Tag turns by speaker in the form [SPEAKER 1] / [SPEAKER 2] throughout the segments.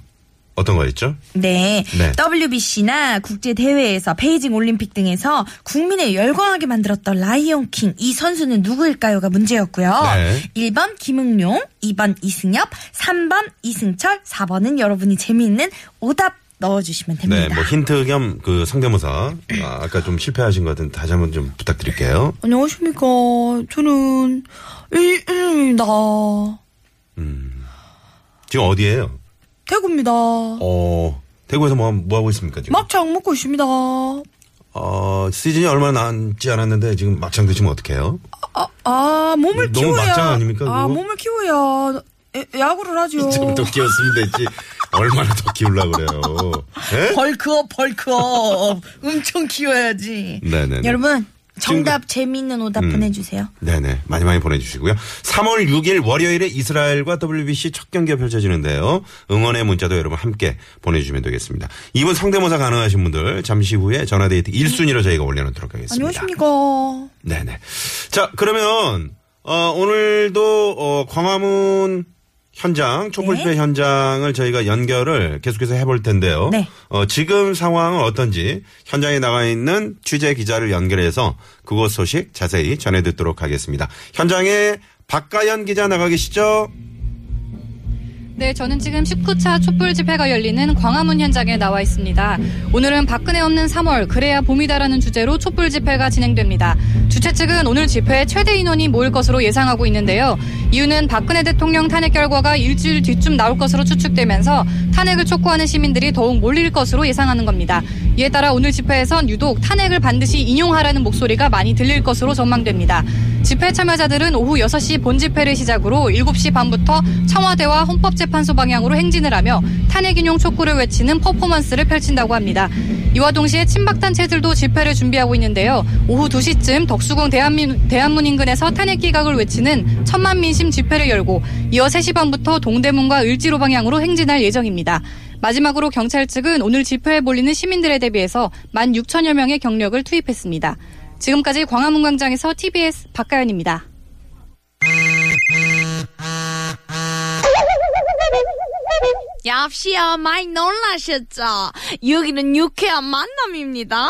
[SPEAKER 1] 어떤 거였죠?
[SPEAKER 2] 네.
[SPEAKER 1] 네.
[SPEAKER 2] WBC나 국제 대회에서 베이징 올림픽 등에서 국민을 열광하게 만들었던 라이온킹 이 선수는 누구일까요가 문제였고요.
[SPEAKER 1] 네.
[SPEAKER 2] 1번 김응용, 2번 이승엽, 3번 이승철, 4번은 여러분이 재미있는 오답 넣어주시면 됩니다.
[SPEAKER 1] 네, 뭐 힌트 겸 그 성대모사. 아, 아까 좀 실패하신 것 같은데 다시 한번 좀 부탁드릴게요.
[SPEAKER 2] 안녕하십니까. 저는 일일입니다.
[SPEAKER 1] 지금 어디에요?
[SPEAKER 2] 대구입니다.
[SPEAKER 1] 어, 대구에서 뭐, 뭐 하고 있습니까, 지금?
[SPEAKER 2] 막창 먹고 있습니다.
[SPEAKER 1] 어, 시즌이 얼마 남지 않았는데 지금 막창 드시면 어떡해요?
[SPEAKER 2] 아, 아 몸을
[SPEAKER 1] 너무
[SPEAKER 2] 키워야
[SPEAKER 1] 막장 아닙니까,
[SPEAKER 2] 아
[SPEAKER 1] 그거?
[SPEAKER 2] 몸을 키워야 야- 야구를 하죠.
[SPEAKER 1] 좀더 키웠으면 됐지. 얼마나 더 키우려고 그래요. 예?
[SPEAKER 2] 벌크업 벌크업 엄청 키워야지.
[SPEAKER 1] 네네네. 음.
[SPEAKER 2] 여러분 정답 재미있는 오답 보내주세요.
[SPEAKER 1] 네네. 많이 많이 보내주시고요. 3월 6일 월요일에 이스라엘과 WBC 첫 경기가 펼쳐지는데요. 응원의 문자도 여러분 함께 보내주시면 되겠습니다. 이분 성대모사 가능하신 분들 잠시 후에 전화데이트 1순위로 저희가 올려놓도록 하겠습니다.
[SPEAKER 2] 안녕하십니까.
[SPEAKER 1] 네네. 자, 그러면, 어, 오늘도, 어, 광화문 현장, 촛불집회
[SPEAKER 2] 네.
[SPEAKER 1] 현장을 저희가 연결을 계속해서 해볼 텐데요.
[SPEAKER 2] 네.
[SPEAKER 1] 어, 지금 상황은 어떤지 현장에 나가 있는 취재 기자를 연결해서 그곳 소식 자세히 전해 듣도록 하겠습니다. 현장에 박가연 기자 나가 계시죠?
[SPEAKER 3] 네, 저는 지금 19차 촛불 집회가 열리는 광화문 현장에 나와 있습니다. 오늘은 박근혜 없는 3월, 그래야 봄이다라는 주제로 촛불 집회가 진행됩니다. 주최 측은 오늘 집회에 최대 인원이 모일 것으로 예상하고 있는데요. 이유는 박근혜 대통령 탄핵 결과가 일주일 뒤쯤 나올 것으로 추측되면서 탄핵을 촉구하는 시민들이 더욱 몰릴 것으로 예상하는 겁니다. 이에 따라 오늘 집회에선 유독 탄핵을 반드시 인용하라는 목소리가 많이 들릴 것으로 전망됩니다. 집회 참여자들은 오후 6시 본 집회를 시작으로 7시 반부터 청와대와 헌법재판소 방향으로 행진을 하며 탄핵 인용 촉구를 외치는 퍼포먼스를 펼친다고 합니다. 이와 동시에 친박단체들도 집회를 준비하고 있는데요. 오후 2시쯤 덕수궁 대한민, 대한문 인근에서 탄핵 기각을 외치는 천만 민심 집회를 열고 이어 3시 반부터 동대문과 을지로 방향으로 행진할 예정입니다. 마지막으로 경찰 측은 오늘 집회에 몰리는 시민들에 대비해서 1만 6천여 명의 경력을 투입했습니다. 지금까지 광화문 광장에서 TBS 박가연입니다.
[SPEAKER 4] 역시요 많이 놀라셨죠? 여기는 유쾌한 만남입니다.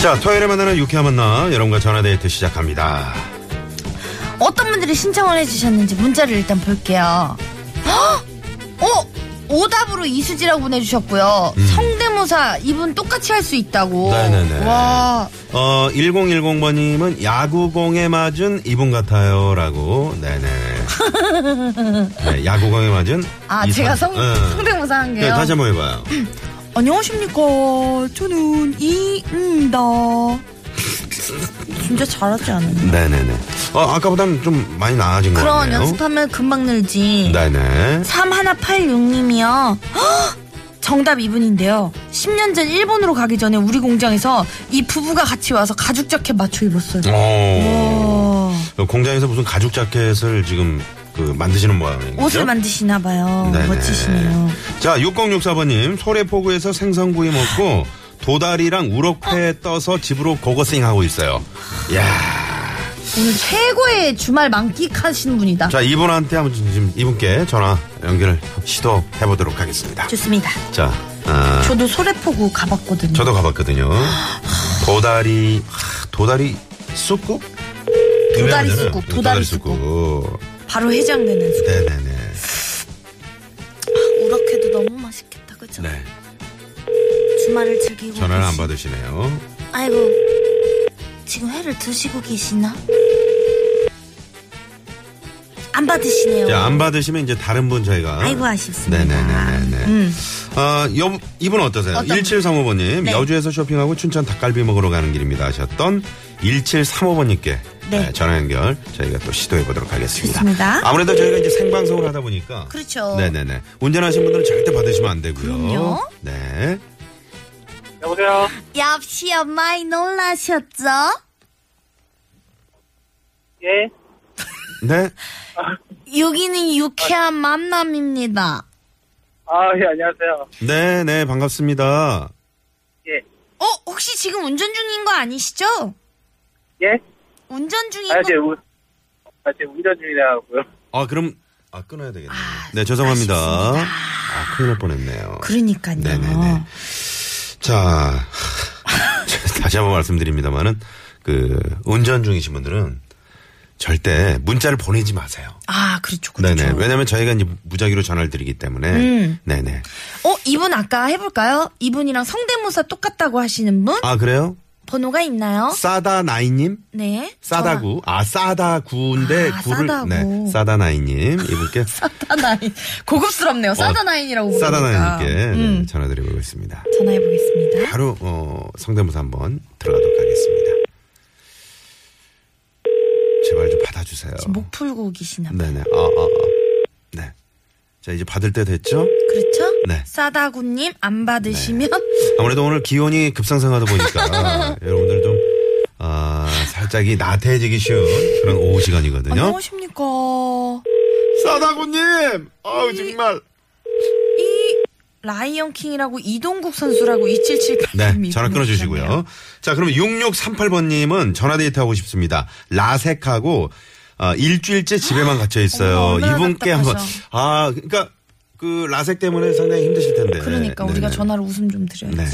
[SPEAKER 1] 자, 토요일에 만나는 유쾌한 만남 여러분과 전화데이트 시작합니다.
[SPEAKER 2] 어떤 분들이 신청을 해주셨는지 문자를 일단 볼게요. 헉! 어 오답으로 이수지라고 보내주셨고요. 성대모사 이분 똑같이 할 수 있다고.
[SPEAKER 1] 음. 네네네.
[SPEAKER 2] 와
[SPEAKER 1] 어, 1010번님은 야구공에 맞은 이분 같아요. 라고. 네네. 네, 야구공에 맞은.
[SPEAKER 2] 아,
[SPEAKER 1] 이
[SPEAKER 2] 제가
[SPEAKER 1] 선-
[SPEAKER 2] 성,
[SPEAKER 1] 어.
[SPEAKER 2] 성대모사 한
[SPEAKER 1] 네,
[SPEAKER 2] 게요?
[SPEAKER 1] 다시 한번 해봐요.
[SPEAKER 2] 안녕하십니까. 저는 이입니다. 진짜 잘하지 않았나?
[SPEAKER 1] 네네네. 어, 아까보다는 좀 많이 나아진 것
[SPEAKER 2] 그럼
[SPEAKER 1] 같네요.
[SPEAKER 2] 연습하면 금방 늘지.
[SPEAKER 1] 네네.
[SPEAKER 2] 3186님이요. 정답 이분인데요. 10년 전 일본으로 가기 전에 우리 공장에서 이 부부가 같이 와서 가죽 자켓 맞춰 입었어요.
[SPEAKER 1] 음. 오.
[SPEAKER 2] 와,
[SPEAKER 1] 공장에서 무슨 가죽 자켓을 지금 그 만드시는 모양이에요.
[SPEAKER 2] 옷을 만드시나 봐요.
[SPEAKER 1] 네네.
[SPEAKER 2] 멋지시네요.
[SPEAKER 1] 자, 6064번님, 소래포구에서 생선구이 먹고 도다리랑 우럭회 떠서 집으로 고거싱 하고 있어요. 야
[SPEAKER 2] 오늘 최고의 주말 만끽하시는 분이다.
[SPEAKER 1] 자, 이분한테 한번 지금 이분께 전화 연결을 시도해 보도록 하겠습니다.
[SPEAKER 2] 좋습니다.
[SPEAKER 1] 자, 아,
[SPEAKER 2] 저도 소래포구 가봤거든요.
[SPEAKER 1] 저도 가봤거든요. 도다리, 하, 도다리 쑥국?
[SPEAKER 2] 도다리
[SPEAKER 1] 유명하잖아요.
[SPEAKER 2] 쑥국, 도다리
[SPEAKER 1] 쑥국.
[SPEAKER 2] 바로 해장되는 수. 아,
[SPEAKER 1] 네네네.
[SPEAKER 2] 우럭회도 너무 맛있겠다. 그죠?
[SPEAKER 1] 네.
[SPEAKER 2] 주말을 즐기고.
[SPEAKER 1] 전화를 안
[SPEAKER 2] 계시-
[SPEAKER 1] 받으시네요.
[SPEAKER 2] 아이고. 지금 회를 드시고 계시나? 안 받으시네요.
[SPEAKER 1] 자, 안 받으시면 이제 다른 분 저희가.
[SPEAKER 2] 아이고 아쉽습니다.
[SPEAKER 1] 네네네네. 아, 여, 이분 어떠세요?
[SPEAKER 2] 음. 어떤-
[SPEAKER 1] 1735번님,
[SPEAKER 2] 네.
[SPEAKER 1] 여주에서 쇼핑하고 춘천 닭갈비 먹으러 가는 길입니다 하셨던 1735번님께
[SPEAKER 2] 네.
[SPEAKER 1] 전화 연결 저희가 또 시도해 보도록 하겠습니다.
[SPEAKER 2] 좋습니다.
[SPEAKER 1] 아무래도 저희가 이제 생방송을 하다 보니까.
[SPEAKER 2] 그렇죠.
[SPEAKER 1] 네네네. 운전하신 분들은 절대 받으시면 안 되고요.
[SPEAKER 2] 그럼요.
[SPEAKER 1] 네.
[SPEAKER 5] 여보세요?
[SPEAKER 2] 역시요 많이 놀라셨죠?
[SPEAKER 5] 예?
[SPEAKER 1] 네.
[SPEAKER 2] 여기는 유쾌한 만남입니다.
[SPEAKER 5] 아, 예, 안녕하세요.
[SPEAKER 1] 네, 네, 반갑습니다.
[SPEAKER 5] 예.
[SPEAKER 2] 어 혹시 지금 운전 중인 거 아니시죠?
[SPEAKER 5] 예?
[SPEAKER 2] 운전 중인 거
[SPEAKER 5] 아, 제 우, 아, 제 운전 중이라고요.
[SPEAKER 1] 아, 그럼, 아, 끊어야 되겠네요. 네, 죄송합니다. 아, 큰일 날 뻔했네요.
[SPEAKER 2] 그러니까요.
[SPEAKER 1] 네네네. 자, 다시 한번 말씀드립니다만은, 그, 운전 중이신 분들은 절대 문자를 보내지 마세요.
[SPEAKER 2] 아 그렇죠 그렇죠.
[SPEAKER 1] 네네. 왜냐면 저희가 이제 무작위로 전화를 드리기 때문에. 네네.
[SPEAKER 2] 어 이분 아까 해볼까요? 이분이랑 성대모사 똑같다고 하시는 분
[SPEAKER 1] 아, 그래요?
[SPEAKER 2] 번호가 있나요?
[SPEAKER 1] 싸다나이님?
[SPEAKER 2] 네.
[SPEAKER 1] 싸다구. 아, 싸다구인데
[SPEAKER 2] 아,
[SPEAKER 1] 구를.
[SPEAKER 2] 싸다구.
[SPEAKER 1] 네. 싸다나이님. 이분께.
[SPEAKER 2] 사다나인 고급스럽네요. 사다나인이라고 부르니까.
[SPEAKER 1] 싸다나이님께 어, 네,
[SPEAKER 2] 음,
[SPEAKER 1] 전화드리고 있습니다.
[SPEAKER 2] 전화해보겠습니다.
[SPEAKER 1] 바로, 어, 성대모사 한번 들어가도록 하겠습니다. 제발 좀 받아주세요.
[SPEAKER 2] 지금 목 풀고 계시나 봐요.
[SPEAKER 1] 네네. 아, 아, 아. 네. 자, 이제 받을 때 됐죠?
[SPEAKER 2] 그렇죠?
[SPEAKER 1] 네.
[SPEAKER 2] 싸다구님 안 받으시면
[SPEAKER 1] 아무래도 오늘 기온이 급상승하다 보니까 여러분들 좀, 아, 살짝이 나태해지기 쉬운 그런 오후
[SPEAKER 2] 어,
[SPEAKER 1] 시간이거든요.
[SPEAKER 2] 안녕하십니까.
[SPEAKER 1] 싸다구님! 아우, 정말.
[SPEAKER 2] 이 라이언킹이라고 이동국 선수라고 2778.
[SPEAKER 1] 네, 전화 끊어주시고요. 자, 그럼 6638번님은 전화데이트 하고 싶습니다. 라섹하고, 아, 일주일째 집에만 갇혀 있어요.
[SPEAKER 2] 어머, 얼마나
[SPEAKER 1] 이분께 한번,
[SPEAKER 2] 답답하셔.
[SPEAKER 1] 아, 그러니까, 그, 라섹 때문에 상당히 힘드실 텐데.
[SPEAKER 2] 그러니까 우리가
[SPEAKER 1] 네네.
[SPEAKER 2] 전화로 웃음 좀 드려야지.
[SPEAKER 1] 네.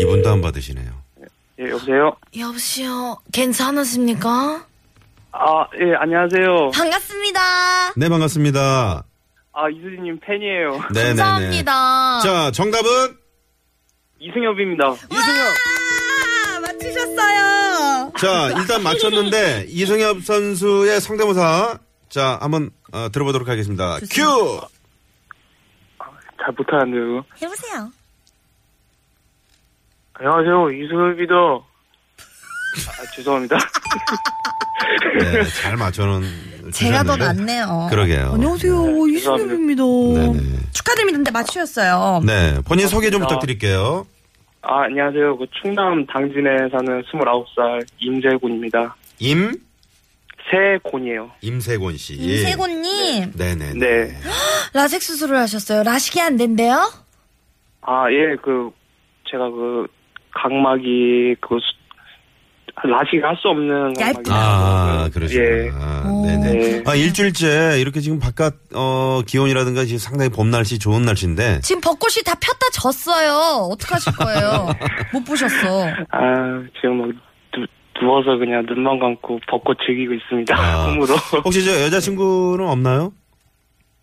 [SPEAKER 1] 이분도 안 받으시네요.
[SPEAKER 5] 예, 여보세요?
[SPEAKER 2] 여보세요. 괜찮으십니까?
[SPEAKER 5] 아, 예, 안녕하세요.
[SPEAKER 2] 반갑습니다.
[SPEAKER 1] 네, 반갑습니다.
[SPEAKER 5] 아, 이수진님 팬이에요.
[SPEAKER 1] 네네네.
[SPEAKER 2] 감사합니다.
[SPEAKER 1] 자, 정답은
[SPEAKER 5] 이승엽입니다.
[SPEAKER 1] 이승엽.
[SPEAKER 2] 아, 맞추셨어요.
[SPEAKER 1] 자, 일단 맞췄는데 이승엽 선수의 성대모사 자, 한번 어, 들어보도록 하겠습니다. 큐.
[SPEAKER 5] 잘 못하는데요.
[SPEAKER 2] 해보세요.
[SPEAKER 5] 안녕하세요, 이승엽이다. 아, 죄송합니다.
[SPEAKER 1] 네, 잘 맞춰는
[SPEAKER 2] 제가 더
[SPEAKER 1] 주셨는데.
[SPEAKER 2] 낫네요.
[SPEAKER 1] 그러게요. 네.
[SPEAKER 2] 안녕하세요. 이수님입니다.
[SPEAKER 1] 네네.
[SPEAKER 2] 축하드립니다. 근데 맞추셨어요.
[SPEAKER 1] 네, 본인 소개 좀
[SPEAKER 5] 아.
[SPEAKER 1] 부탁드릴게요.
[SPEAKER 5] 아, 안녕하세요. 그 충남 당진에 사는 29살 임재곤입니다.
[SPEAKER 1] 임
[SPEAKER 5] 세곤이에요.
[SPEAKER 1] 임세곤 씨.
[SPEAKER 2] 임세곤님
[SPEAKER 1] 네네.
[SPEAKER 5] 네.
[SPEAKER 2] 라섹 수술을 하셨어요. 라식이 안 된대요?
[SPEAKER 5] 아, 예, 그, 제가 그, 각막이, 그, 수- 라식 할수 없는.
[SPEAKER 2] 얇구나.
[SPEAKER 5] 각막이
[SPEAKER 1] 아,
[SPEAKER 5] 있어서. 예.
[SPEAKER 1] 그러시구나. 아,
[SPEAKER 2] 오.
[SPEAKER 1] 네네.
[SPEAKER 5] 네.
[SPEAKER 1] 아, 일주일째 이렇게 지금 바깥 어, 기온이라든가 지금 상당히 봄 날씨 좋은 날씨인데
[SPEAKER 2] 지금 벚꽃이 다 폈다 졌어요. 어떡하실 거예요? 못 보셨어.
[SPEAKER 5] 아, 지금 막 누, 누워서 그냥 눈만 감고 벚꽃 즐기고 있습니다.
[SPEAKER 1] 아.
[SPEAKER 5] 몸으로.
[SPEAKER 1] 혹시 저 여자친구는 없나요?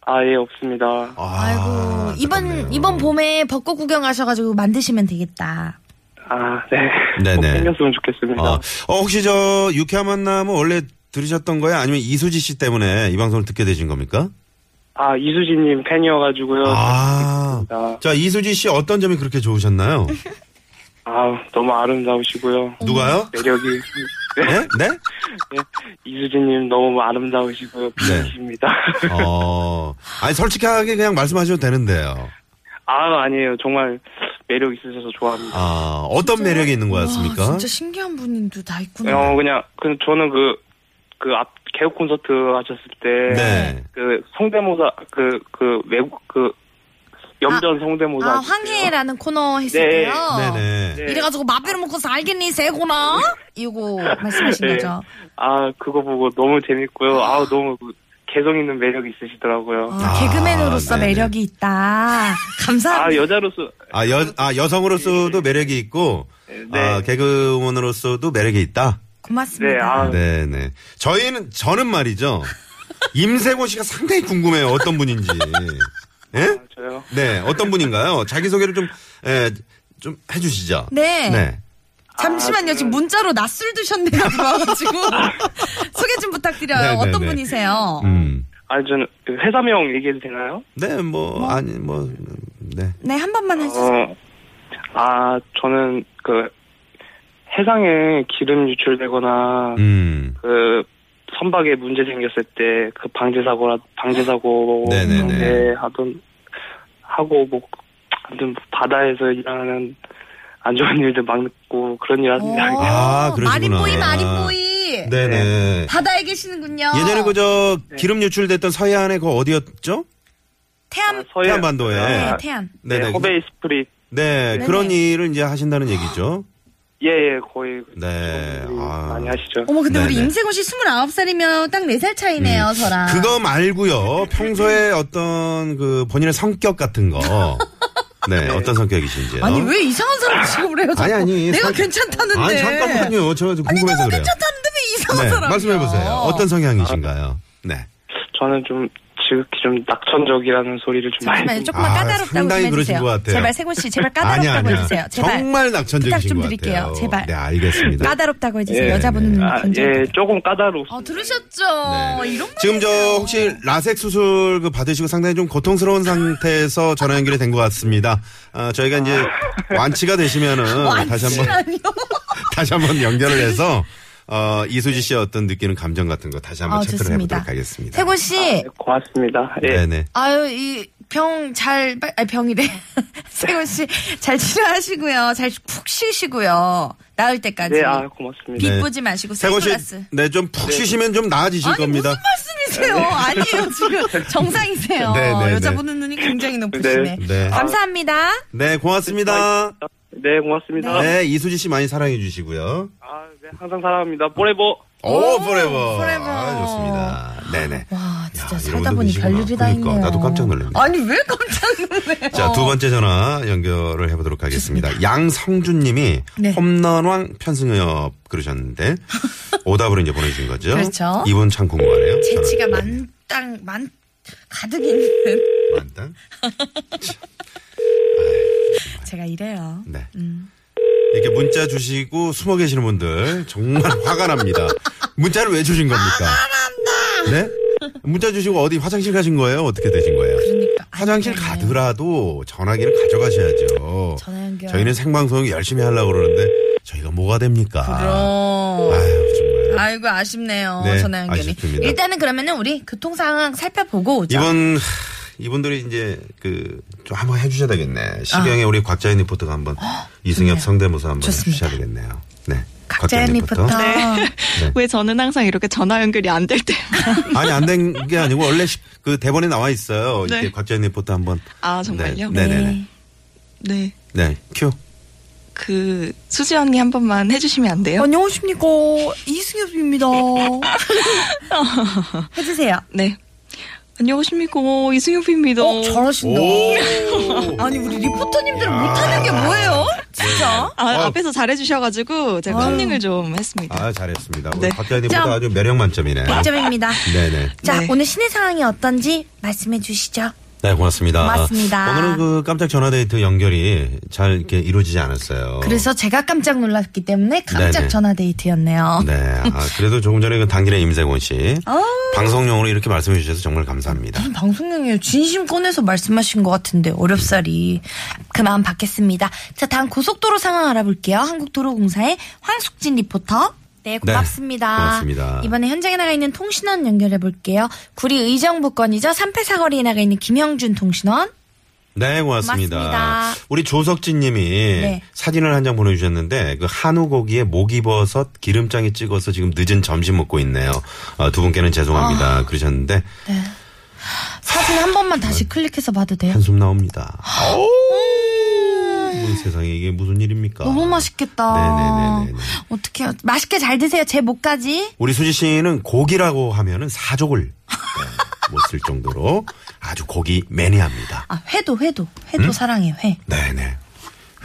[SPEAKER 5] 아, 예, 없습니다.
[SPEAKER 2] 아이고
[SPEAKER 1] 아, 안타깝네요.
[SPEAKER 2] 이번 이번 봄에 벚꽃 구경 가셔가지고 만드시면 되겠다.
[SPEAKER 5] 아, 네.
[SPEAKER 1] 네네.
[SPEAKER 5] 꼭 생겼으면 좋겠습니다.
[SPEAKER 1] 아, 어, 혹시 저 유쾌한 만남은 원래 들으셨던 거예요? 아니면 이수지 씨 때문에 이 방송을 듣게 되신 겁니까?
[SPEAKER 5] 아, 이수진님 팬이어가지고요.
[SPEAKER 1] 아.
[SPEAKER 5] 아,
[SPEAKER 1] 자, 이수지 씨 어떤 점이 그렇게 좋으셨나요?
[SPEAKER 5] 아, 너무 아름다우시고요.
[SPEAKER 1] 누가요?
[SPEAKER 5] 매력이. 네?
[SPEAKER 1] 네? 네?
[SPEAKER 5] 이수진님 너무 아름다우시고요.
[SPEAKER 1] 네.
[SPEAKER 5] 미치십니다.
[SPEAKER 1] 어. 아니, 솔직하게 그냥 말씀하셔도 되는데요.
[SPEAKER 5] 아, 아니에요. 정말 매력 있으셔서 좋아합니다.
[SPEAKER 1] 아, 어떤 매력이 있는 것 같습니까?
[SPEAKER 2] 와, 진짜 신기한 분인도 다
[SPEAKER 1] 아, 네.
[SPEAKER 2] 있구나.
[SPEAKER 5] 어, 그냥, 그, 저는 그, 그 앞, 개국 콘서트 하셨을 때.
[SPEAKER 1] 네.
[SPEAKER 5] 그, 성대모사, 그, 그, 외국, 그, 염전 성대모사.
[SPEAKER 2] 아
[SPEAKER 5] 하셨어요.
[SPEAKER 2] 황해라는 코너 했을
[SPEAKER 5] 네.
[SPEAKER 2] 때요.
[SPEAKER 1] 네네.
[SPEAKER 5] 네.
[SPEAKER 2] 이래가지고 마비를 먹고서 알겠니 세구나 이거 말씀하신
[SPEAKER 5] 네.
[SPEAKER 2] 거죠.
[SPEAKER 5] 아, 그거 보고 너무 재밌고요. 아우, 너무 그 개성 있는 매력이 있으시더라고요.
[SPEAKER 2] 아,
[SPEAKER 1] 아,
[SPEAKER 2] 개그맨으로서
[SPEAKER 1] 네네.
[SPEAKER 2] 매력이 있다.
[SPEAKER 5] 아,
[SPEAKER 2] 감사합니다.
[SPEAKER 5] 여자로서.
[SPEAKER 1] 아, 여, 아, 여성으로서도 매력이 있고,
[SPEAKER 5] 예, 네.
[SPEAKER 1] 아, 개그우먼으로서도 매력이 있다?
[SPEAKER 2] 고맙습니다.
[SPEAKER 5] 네, 아.
[SPEAKER 1] 네네. 저희는, 저는 말이죠. 임세곤 씨가 상당히 궁금해요. 어떤 분인지. 예?
[SPEAKER 5] 저요.
[SPEAKER 1] 네, 어떤 분인가요? 자기소개를 좀, 예, 좀 해주시죠.
[SPEAKER 2] 네.
[SPEAKER 1] 네.
[SPEAKER 2] 잠시만요. 지금 문자로 낮술 드셨네요. 와가지고 소개 좀
[SPEAKER 1] 네, 네,
[SPEAKER 2] 부탁드려요. 어떤
[SPEAKER 1] 네.
[SPEAKER 2] 분이세요?
[SPEAKER 1] 음.
[SPEAKER 5] 아니 저는 그 회사명 얘기해도 되나요?
[SPEAKER 1] 네, 뭐, 아니, 뭐, 네.
[SPEAKER 2] 네, 한 번만 해주세요.
[SPEAKER 5] 어, 아 저는 그 해상에 기름 유출되거나
[SPEAKER 1] 음.
[SPEAKER 5] 그 선박에 문제 생겼을 때 그 방제 사고라 방제 사고
[SPEAKER 1] 네네네.
[SPEAKER 5] 방제 하던 하고 뭐 아무튼 바다에서 일하는 안 좋은 일들 막고 그런 일
[SPEAKER 2] 어.
[SPEAKER 5] 하는데
[SPEAKER 1] 아, 그러시구나.
[SPEAKER 2] 마린보이, 마린보이.
[SPEAKER 1] 네네.
[SPEAKER 2] 바다에 계시는군요.
[SPEAKER 1] 예전에 그저
[SPEAKER 5] 네.
[SPEAKER 1] 기름 유출됐던 서해안의 그 어디였죠?
[SPEAKER 2] 태안.
[SPEAKER 1] 태안반도에.
[SPEAKER 2] 네, 태안.
[SPEAKER 5] 네,
[SPEAKER 1] 네네.
[SPEAKER 5] 허베이 스프릿
[SPEAKER 1] 네,
[SPEAKER 2] 네네.
[SPEAKER 1] 그런 일을 이제 하신다는 얘기죠.
[SPEAKER 5] 예예 거의
[SPEAKER 1] 네.
[SPEAKER 5] 그런 일
[SPEAKER 1] 아.
[SPEAKER 5] 많이 하시죠.
[SPEAKER 2] 어머, 근데 우리
[SPEAKER 1] 네네. 음,
[SPEAKER 2] 임세곤 씨 29살이면 딱 4살 차이네요, 저랑.
[SPEAKER 1] 그거 말고요. 평소에 어떤 그 본인의 성격 같은 거. 네, 어떤 성격이신지요?
[SPEAKER 2] 아니, 왜 이상한 사람 취급을 해요, 자꾸.
[SPEAKER 1] 아니, 아니,
[SPEAKER 2] 내가
[SPEAKER 1] 성-
[SPEAKER 2] 괜찮다는데.
[SPEAKER 1] 아니, 잠깐만요. 저 지금
[SPEAKER 2] 아니,
[SPEAKER 1] 궁금해서
[SPEAKER 2] 너무
[SPEAKER 1] 그래요.
[SPEAKER 2] 괜찮다는데 왜 이상한
[SPEAKER 1] 네,
[SPEAKER 2] 사람?
[SPEAKER 1] 말씀해 보세요. 어떤 성향이신가요? 네.
[SPEAKER 5] 저는 좀 지극히 좀 낙천적이라는 소리를 좀 많이
[SPEAKER 2] 잠깐만요. 조금만
[SPEAKER 1] 아,
[SPEAKER 2] 까다롭다고
[SPEAKER 1] 상당히
[SPEAKER 2] 좀 해주세요.
[SPEAKER 1] 그러신 것 같아요.
[SPEAKER 2] 제발 세곤 씨, 제발
[SPEAKER 1] 아니,
[SPEAKER 2] 까다롭다고
[SPEAKER 1] 아니야.
[SPEAKER 2] 해주세요. 제발
[SPEAKER 1] 정말 낙천적이신
[SPEAKER 2] 부탁 좀
[SPEAKER 1] 것
[SPEAKER 2] 드릴게요.
[SPEAKER 1] 같아요.
[SPEAKER 2] 제발.
[SPEAKER 1] 네, 알겠습니다.
[SPEAKER 2] 까다롭다고 해주세요.
[SPEAKER 5] 예,
[SPEAKER 2] 여자분은
[SPEAKER 5] 아,
[SPEAKER 2] 굉장히.
[SPEAKER 5] 예, 조금 까다롭.
[SPEAKER 2] 어, 들으셨죠? 이런 말.
[SPEAKER 1] 네. 지금 저 혹시 라섹 수술 그 받으시고 상당히 좀 고통스러운 상태에서 전화 연결이 된 것 같습니다. 아, 저희가 이제 완치가 되시면은 다시 한번
[SPEAKER 2] 아니요.
[SPEAKER 1] 다시 한번 연결을 해서 어, 이수지 씨의 어떤 느끼는 감정 같은 거 다시 한번
[SPEAKER 2] 아,
[SPEAKER 1] 체크를
[SPEAKER 2] 좋습니다.
[SPEAKER 1] 해보도록 하겠습니다.
[SPEAKER 2] 세곤 씨,
[SPEAKER 5] 네, 고맙습니다. 예.
[SPEAKER 1] 네네.
[SPEAKER 2] 아유, 이 병 잘, 빨- 아니, 병이래. 세곤 씨, 잘 치료하시고요. 잘 푹 쉬시고요. 나을 때까지.
[SPEAKER 5] 네, 아, 고맙습니다.
[SPEAKER 2] 기쁘지 마시고,
[SPEAKER 1] 세고 씨,
[SPEAKER 2] 선글라스.
[SPEAKER 1] 네, 좀 푹 쉬시면 좀 나아지실
[SPEAKER 2] 아니,
[SPEAKER 1] 겁니다.
[SPEAKER 2] 무슨 말씀이세요? 아니에요, 지금. 정상이세요.
[SPEAKER 1] 네, 네, 네.
[SPEAKER 2] 여자분은 눈이 굉장히 높으시네.
[SPEAKER 1] 네. 네.
[SPEAKER 2] 감사합니다.
[SPEAKER 1] 네, 고맙습니다.
[SPEAKER 5] 네, 고맙습니다.
[SPEAKER 1] 네, 이수지 씨 많이 사랑해 주시고요.
[SPEAKER 5] 아, 네, 항상 사랑합니다. 뽀레보.
[SPEAKER 1] 오, 포레버.
[SPEAKER 2] forever.
[SPEAKER 1] 아, 좋습니다. 네네.
[SPEAKER 2] 와, 아, 진짜
[SPEAKER 1] 야, 이런
[SPEAKER 2] 살다
[SPEAKER 1] 분도
[SPEAKER 2] 보니
[SPEAKER 1] 계시구나.
[SPEAKER 2] 별일이 다
[SPEAKER 1] 그러니까,
[SPEAKER 2] 있네요.
[SPEAKER 1] 나도 깜짝 놀랍니다.
[SPEAKER 2] 아니, 왜 깜짝 놀래? 어,
[SPEAKER 1] 자, 두 번째 전화 연결을 해보도록 하겠습니다. 양성준 님이
[SPEAKER 2] 네.
[SPEAKER 1] 홈런왕 편승엽 그러셨는데 오답으로 이제 보내주신 거죠.
[SPEAKER 2] 그렇죠.
[SPEAKER 1] 이분 참 궁금하네요.
[SPEAKER 2] 재치가
[SPEAKER 1] 저는. 뭐
[SPEAKER 2] 만, 땅, 만, 가득 있는.
[SPEAKER 1] 네, 만땅. 참. 아이,
[SPEAKER 2] 제가 이래요.
[SPEAKER 1] 네.
[SPEAKER 2] 음.
[SPEAKER 1] 이렇게 문자 주시고 숨어 계시는 분들 정말 화가 납니다. 문자를 왜 주신 겁니까? 네? 문자 주시고 어디 화장실 가신 거예요? 어떻게 되신 거예요?
[SPEAKER 2] 그러니까. 아니,
[SPEAKER 1] 화장실
[SPEAKER 2] 그러네요.
[SPEAKER 1] 가더라도 전화기를 가져가셔야죠.
[SPEAKER 2] 전화 연결.
[SPEAKER 1] 저희는 생방송 열심히 하려고 그러는데 저희가 뭐가 됩니까?
[SPEAKER 2] 그럼.
[SPEAKER 1] 아. 아유 정말.
[SPEAKER 2] 아이고 아쉽네요
[SPEAKER 1] 네,
[SPEAKER 2] 전화 연결이
[SPEAKER 1] 아쉽습니다.
[SPEAKER 2] 일단은 그러면은 우리 교통 상황 살펴보고 오죠
[SPEAKER 1] 이번 하, 이분들이 이제 그 좀 한번 해주셔야 되겠네. 시경에 우리 곽자연 리포터가 한번 이승엽 성대모사 한번
[SPEAKER 2] 아. 좋습니다.
[SPEAKER 1] 해주셔야 되겠네요. 네.
[SPEAKER 2] 각자연 리포터
[SPEAKER 6] 왜 저는 항상 이렇게 전화 연결이 안 될 때.
[SPEAKER 1] 아니 안 된 게 아니고 원래 시- 그 대본에 나와 있어요.
[SPEAKER 6] 네.
[SPEAKER 1] 이렇게 곽자연 리포터 한번.
[SPEAKER 6] 아, 정말요?
[SPEAKER 1] 네, 네, 네.
[SPEAKER 6] 네.
[SPEAKER 1] 네. 큐.
[SPEAKER 6] 그 수지 언니 한 번만 해주시면 안 돼요?
[SPEAKER 2] 안녕하십니까 이승엽입니다 해주세요
[SPEAKER 6] 네. 안녕하십니까 이승엽입니다.
[SPEAKER 2] 어 잘하신다
[SPEAKER 1] 오.
[SPEAKER 2] 아니 우리 리포터님들은 못하는 게 뭐예요 진짜
[SPEAKER 6] 아,
[SPEAKER 1] 어.
[SPEAKER 6] 앞에서 잘해주셔가지고 제가 컨닝을 좀 했습니다.
[SPEAKER 1] 아 잘했습니다.
[SPEAKER 6] 네.
[SPEAKER 1] 우리 곽자연 리포터
[SPEAKER 2] 점.
[SPEAKER 1] 아주 매력 만점이네.
[SPEAKER 2] 100점입니다
[SPEAKER 1] 네네.
[SPEAKER 2] 자
[SPEAKER 6] 네.
[SPEAKER 2] 오늘 시내 상황이 어떤지 말씀해 주시죠
[SPEAKER 1] 네, 고맙습니다.
[SPEAKER 2] 고맙습니다.
[SPEAKER 1] 오늘은 그 깜짝 전화 데이트 연결이 잘 이렇게 이루어지지 않았어요.
[SPEAKER 2] 그래서 제가 깜짝 놀랐기 때문에 깜짝
[SPEAKER 1] 네네.
[SPEAKER 2] 전화 데이트였네요
[SPEAKER 1] 네, 아, 그래도 조금 전에 그 당진의 임세곤 씨
[SPEAKER 2] 어.
[SPEAKER 1] 방송용으로 이렇게 말씀해 주셔서 정말 감사합니다.
[SPEAKER 2] 방송용이에요. 진심 꺼내서 말씀하신 것 같은데 어렵사리 그만 받겠습니다. 자 다음 고속도로 상황 알아볼게요. 한국도로공사의 황숙진 리포터. 네 고맙습니다.
[SPEAKER 1] 고맙습니다.
[SPEAKER 2] 이번에 현장에 나가 있는 통신원 연결해 볼게요. 구리 의정부권이죠. 삼패사거리에 나가 있는 김형준 통신원.
[SPEAKER 1] 네, 고맙습니다.
[SPEAKER 2] 고맙습니다.
[SPEAKER 1] 우리 조석진 님이
[SPEAKER 2] 네.
[SPEAKER 1] 사진을 한 장 보내주셨는데 그 한우 고기에 목이버섯 기름장에 찍어서 지금 늦은 점심 먹고 있네요. 어, 두 분께는 죄송합니다.
[SPEAKER 2] 아.
[SPEAKER 1] 그러셨는데
[SPEAKER 2] 사진 한 번만 다시 클릭해서 봐도 돼요?
[SPEAKER 1] 한숨 나옵니다. 뭐 세상에 이게 무슨 일입니까?
[SPEAKER 2] 너무 맛있겠다.
[SPEAKER 1] 네네네네.
[SPEAKER 2] 어떻게 맛있게 잘 드세요. 제 목까지.
[SPEAKER 1] 우리 수지 씨는 고기라고 하면은 사족을 네, 못 쓸 정도로 아주 고기 매니아입니다.
[SPEAKER 2] 아 회도 회도 회도 사랑해요 회.
[SPEAKER 1] 네네.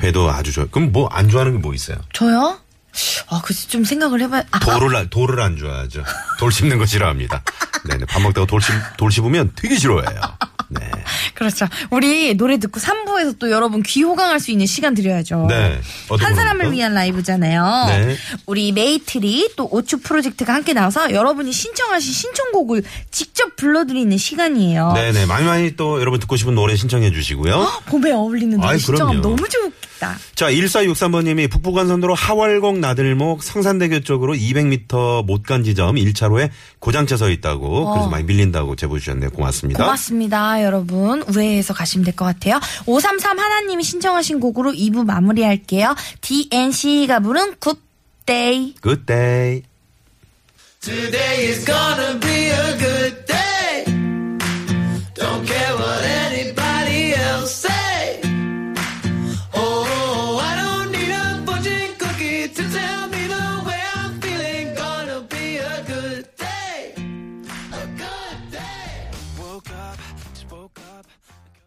[SPEAKER 1] 회도 아주 좋아. 그럼 뭐 안 좋아하는 게 뭐 있어요?
[SPEAKER 2] 저요? 아 글쎄 좀 생각을 해봐요. 아,
[SPEAKER 1] 돌을 안- 돌을 안 좋아하죠. 돌 씹는 거 싫어합니다. 네네. 밥 먹다가 돌 씹, 돌 씹으면 되게 싫어해요. 네.
[SPEAKER 2] 그렇죠. 우리 노래 듣고 3부에서 또 여러분 귀 호강할 수 있는 시간 드려야죠.
[SPEAKER 1] 네. 어떤
[SPEAKER 2] 한 사람을
[SPEAKER 1] 곡입니까?
[SPEAKER 2] 위한 라이브잖아요.
[SPEAKER 1] 네.
[SPEAKER 2] 우리 메이트리 또 오추 프로젝트가 함께 나와서 여러분이 신청하신 신청곡을 직접 불러드리는 시간이에요.
[SPEAKER 1] 네네. 많이 많이 또 여러분 듣고 싶은 노래 신청해 주시고요.
[SPEAKER 2] 봄에 어울리는 노래
[SPEAKER 1] 아이,
[SPEAKER 2] 신청하면
[SPEAKER 1] 그럼요.
[SPEAKER 2] 너무 좋겠다.
[SPEAKER 1] 자, 1463번님이 북부간선도로 하월곡 나들목 성산대교 쪽으로 200m 못 간 지점 1차로에 고장채 서 있다고 그래서 많이 밀린다고 제보 주셨네요. 어. 고맙습니다.
[SPEAKER 2] 고맙습니다, 여러분. 우회해서 가시면 될 것 같아요. 533 하나님이 신청하신 곡으로 2부 마무리할게요. DNC가 부른 굿데이.
[SPEAKER 1] Good day.
[SPEAKER 7] Today is gonna be a good